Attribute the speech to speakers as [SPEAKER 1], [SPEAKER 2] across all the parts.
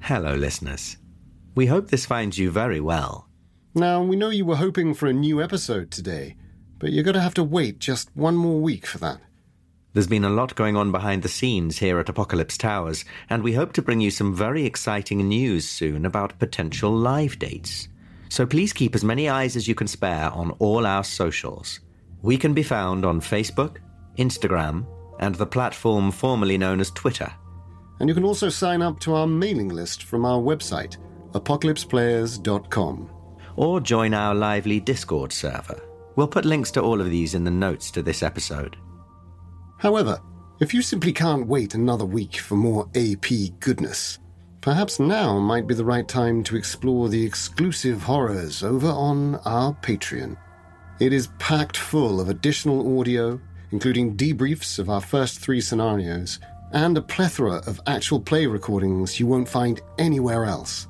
[SPEAKER 1] Hello, listeners. We hope this finds you very well.
[SPEAKER 2] Now, we know you were hoping for a new episode today, but you're going to have to wait just one more week for that.
[SPEAKER 1] There's been a lot going on behind the scenes here at Apocalypse Towers, and we hope to bring you some very exciting news soon about potential live dates. So please keep as many eyes as you can spare on all our socials. We can be found on Facebook, Instagram, and the platform formerly known as Twitter.
[SPEAKER 2] And you can also sign up to our mailing list from our website, apocalypseplayers.com.
[SPEAKER 1] or join our lively Discord server. We'll put links to all of these in the notes to this episode.
[SPEAKER 2] However, if you simply can't wait another week for more AP goodness, perhaps now might be the right time to explore the exclusive horrors over on our Patreon. It is packed full of additional audio, including debriefs of our first three scenarios, and a plethora of actual play recordings you won't find anywhere else.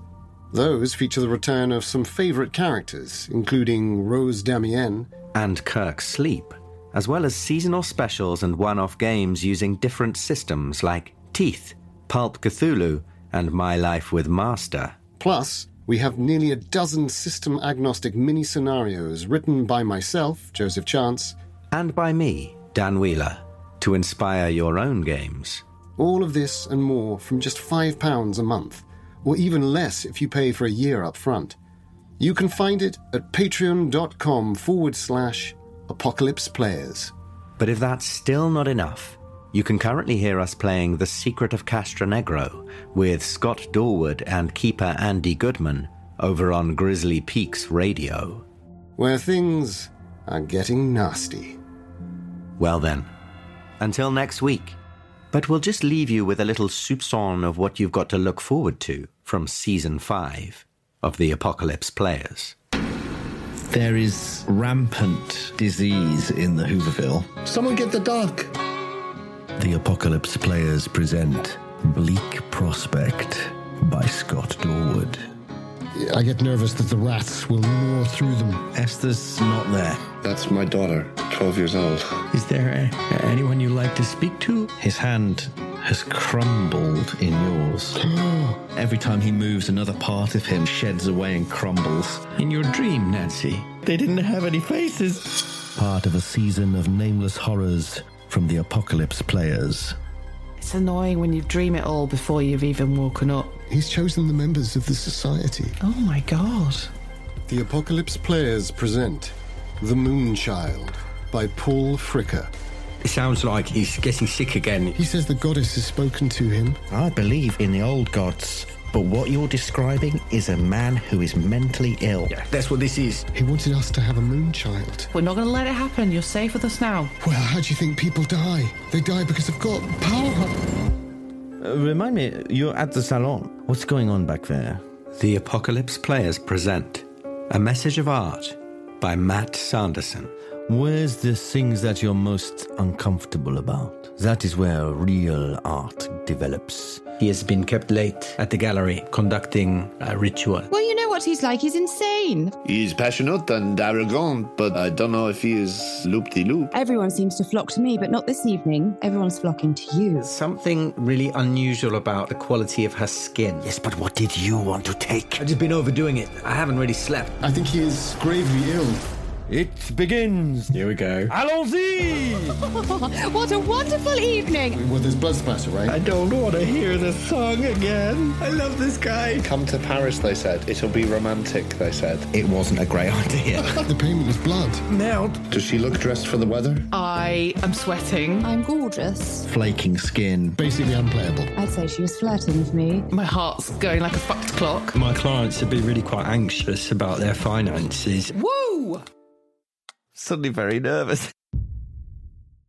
[SPEAKER 2] Those feature the return of some favorite characters, including Rose Damienne,
[SPEAKER 1] And Kirk Sleep, as well as seasonal specials and one off games using different systems like Teeth, Pulp Cthulhu, and My Life with Master.
[SPEAKER 2] Plus, we have nearly a dozen system agnostic mini scenarios written by myself, Joseph Chance.
[SPEAKER 1] And by me, Dan Wheeler, to inspire your own games.
[SPEAKER 2] All of this and more from just £5 a month, or even less if you pay for a year up front. You can find it at patreon.com forward slash apocalypse players.
[SPEAKER 1] But if that's still not enough, you can currently hear us playing The Secret of Castro Negro with Scott Dorwood and keeper Andy Goodman over on Grizzly Peaks Radio.
[SPEAKER 2] where things are getting nasty.
[SPEAKER 1] Well then, until next week. But we'll just leave you with a little soupçon of what you've got to look forward to from season 5 of The Apocalypse Players.
[SPEAKER 3] There is rampant disease in the Hooverville.
[SPEAKER 4] Someone get the dog.
[SPEAKER 3] The Apocalypse Players present Bleak Prospect by Scott Dorwood.
[SPEAKER 4] I get nervous that the rats will gnaw through them.
[SPEAKER 3] Esther's not there.
[SPEAKER 5] That's my daughter, 12 years old.
[SPEAKER 3] Is there a- anyone you'd like to speak to? His hand has crumbled in yours. Every time he moves, another part of him sheds away and crumbles. In your dream, Nancy, they didn't have any faces. Part of a season of nameless horrors from the Apocalypse Players.
[SPEAKER 6] It's annoying when you dream it all before you've even woken up.
[SPEAKER 4] He's chosen the members of the society.
[SPEAKER 6] Oh my god.
[SPEAKER 2] The Apocalypse Players present The Moonchild by Paul Fricker.
[SPEAKER 7] It sounds like he's getting sick again.
[SPEAKER 4] He says the goddess has spoken to him.
[SPEAKER 8] I believe in the old gods, but what you're describing is a man who is mentally ill.
[SPEAKER 7] Yeah, that's what this is.
[SPEAKER 4] He wanted us to have a moonchild.
[SPEAKER 6] We're not going to let it happen. You're safe with us now.
[SPEAKER 4] Well, how do you think people die? They die because they've got power.
[SPEAKER 8] Uh, remind me, you're at the salon. What's going on back there?
[SPEAKER 1] The Apocalypse Players present A Message of Art by Matt Sanderson.
[SPEAKER 8] Where's the things that you're most uncomfortable about? That is where real art develops.
[SPEAKER 7] He has been kept late at the gallery conducting a ritual.
[SPEAKER 9] Well, you know what he's like. He's insane.
[SPEAKER 5] He's passionate and arrogant, but I don't know if he is loop de loop.
[SPEAKER 9] Everyone seems to flock to me, but not this evening. Everyone's flocking to you.
[SPEAKER 7] Something really unusual about the quality of her skin.
[SPEAKER 8] Yes, but what did you want to take?
[SPEAKER 7] I've just been overdoing it. I haven't really slept.
[SPEAKER 2] I think he is gravely ill.
[SPEAKER 8] It begins.
[SPEAKER 7] Here we go.
[SPEAKER 8] Allons-y!
[SPEAKER 9] what a wonderful evening.
[SPEAKER 2] Well, there's blood splatter, right?
[SPEAKER 8] don't want to hear the song again. I love this guy.
[SPEAKER 5] Come to Paris, they said. It'll be romantic, they said.
[SPEAKER 8] It wasn't a great idea.
[SPEAKER 4] The payment was blood.
[SPEAKER 5] Does she look dressed for the weather?
[SPEAKER 6] I am sweating.
[SPEAKER 9] I'm gorgeous.
[SPEAKER 3] Flaking skin.
[SPEAKER 4] Basically unplayable.
[SPEAKER 9] I'd say she was flirting with me.
[SPEAKER 6] My heart's going like a fucked clock.
[SPEAKER 7] My clients have been really quite anxious about their finances.
[SPEAKER 6] Woo!
[SPEAKER 8] Suddenly very nervous.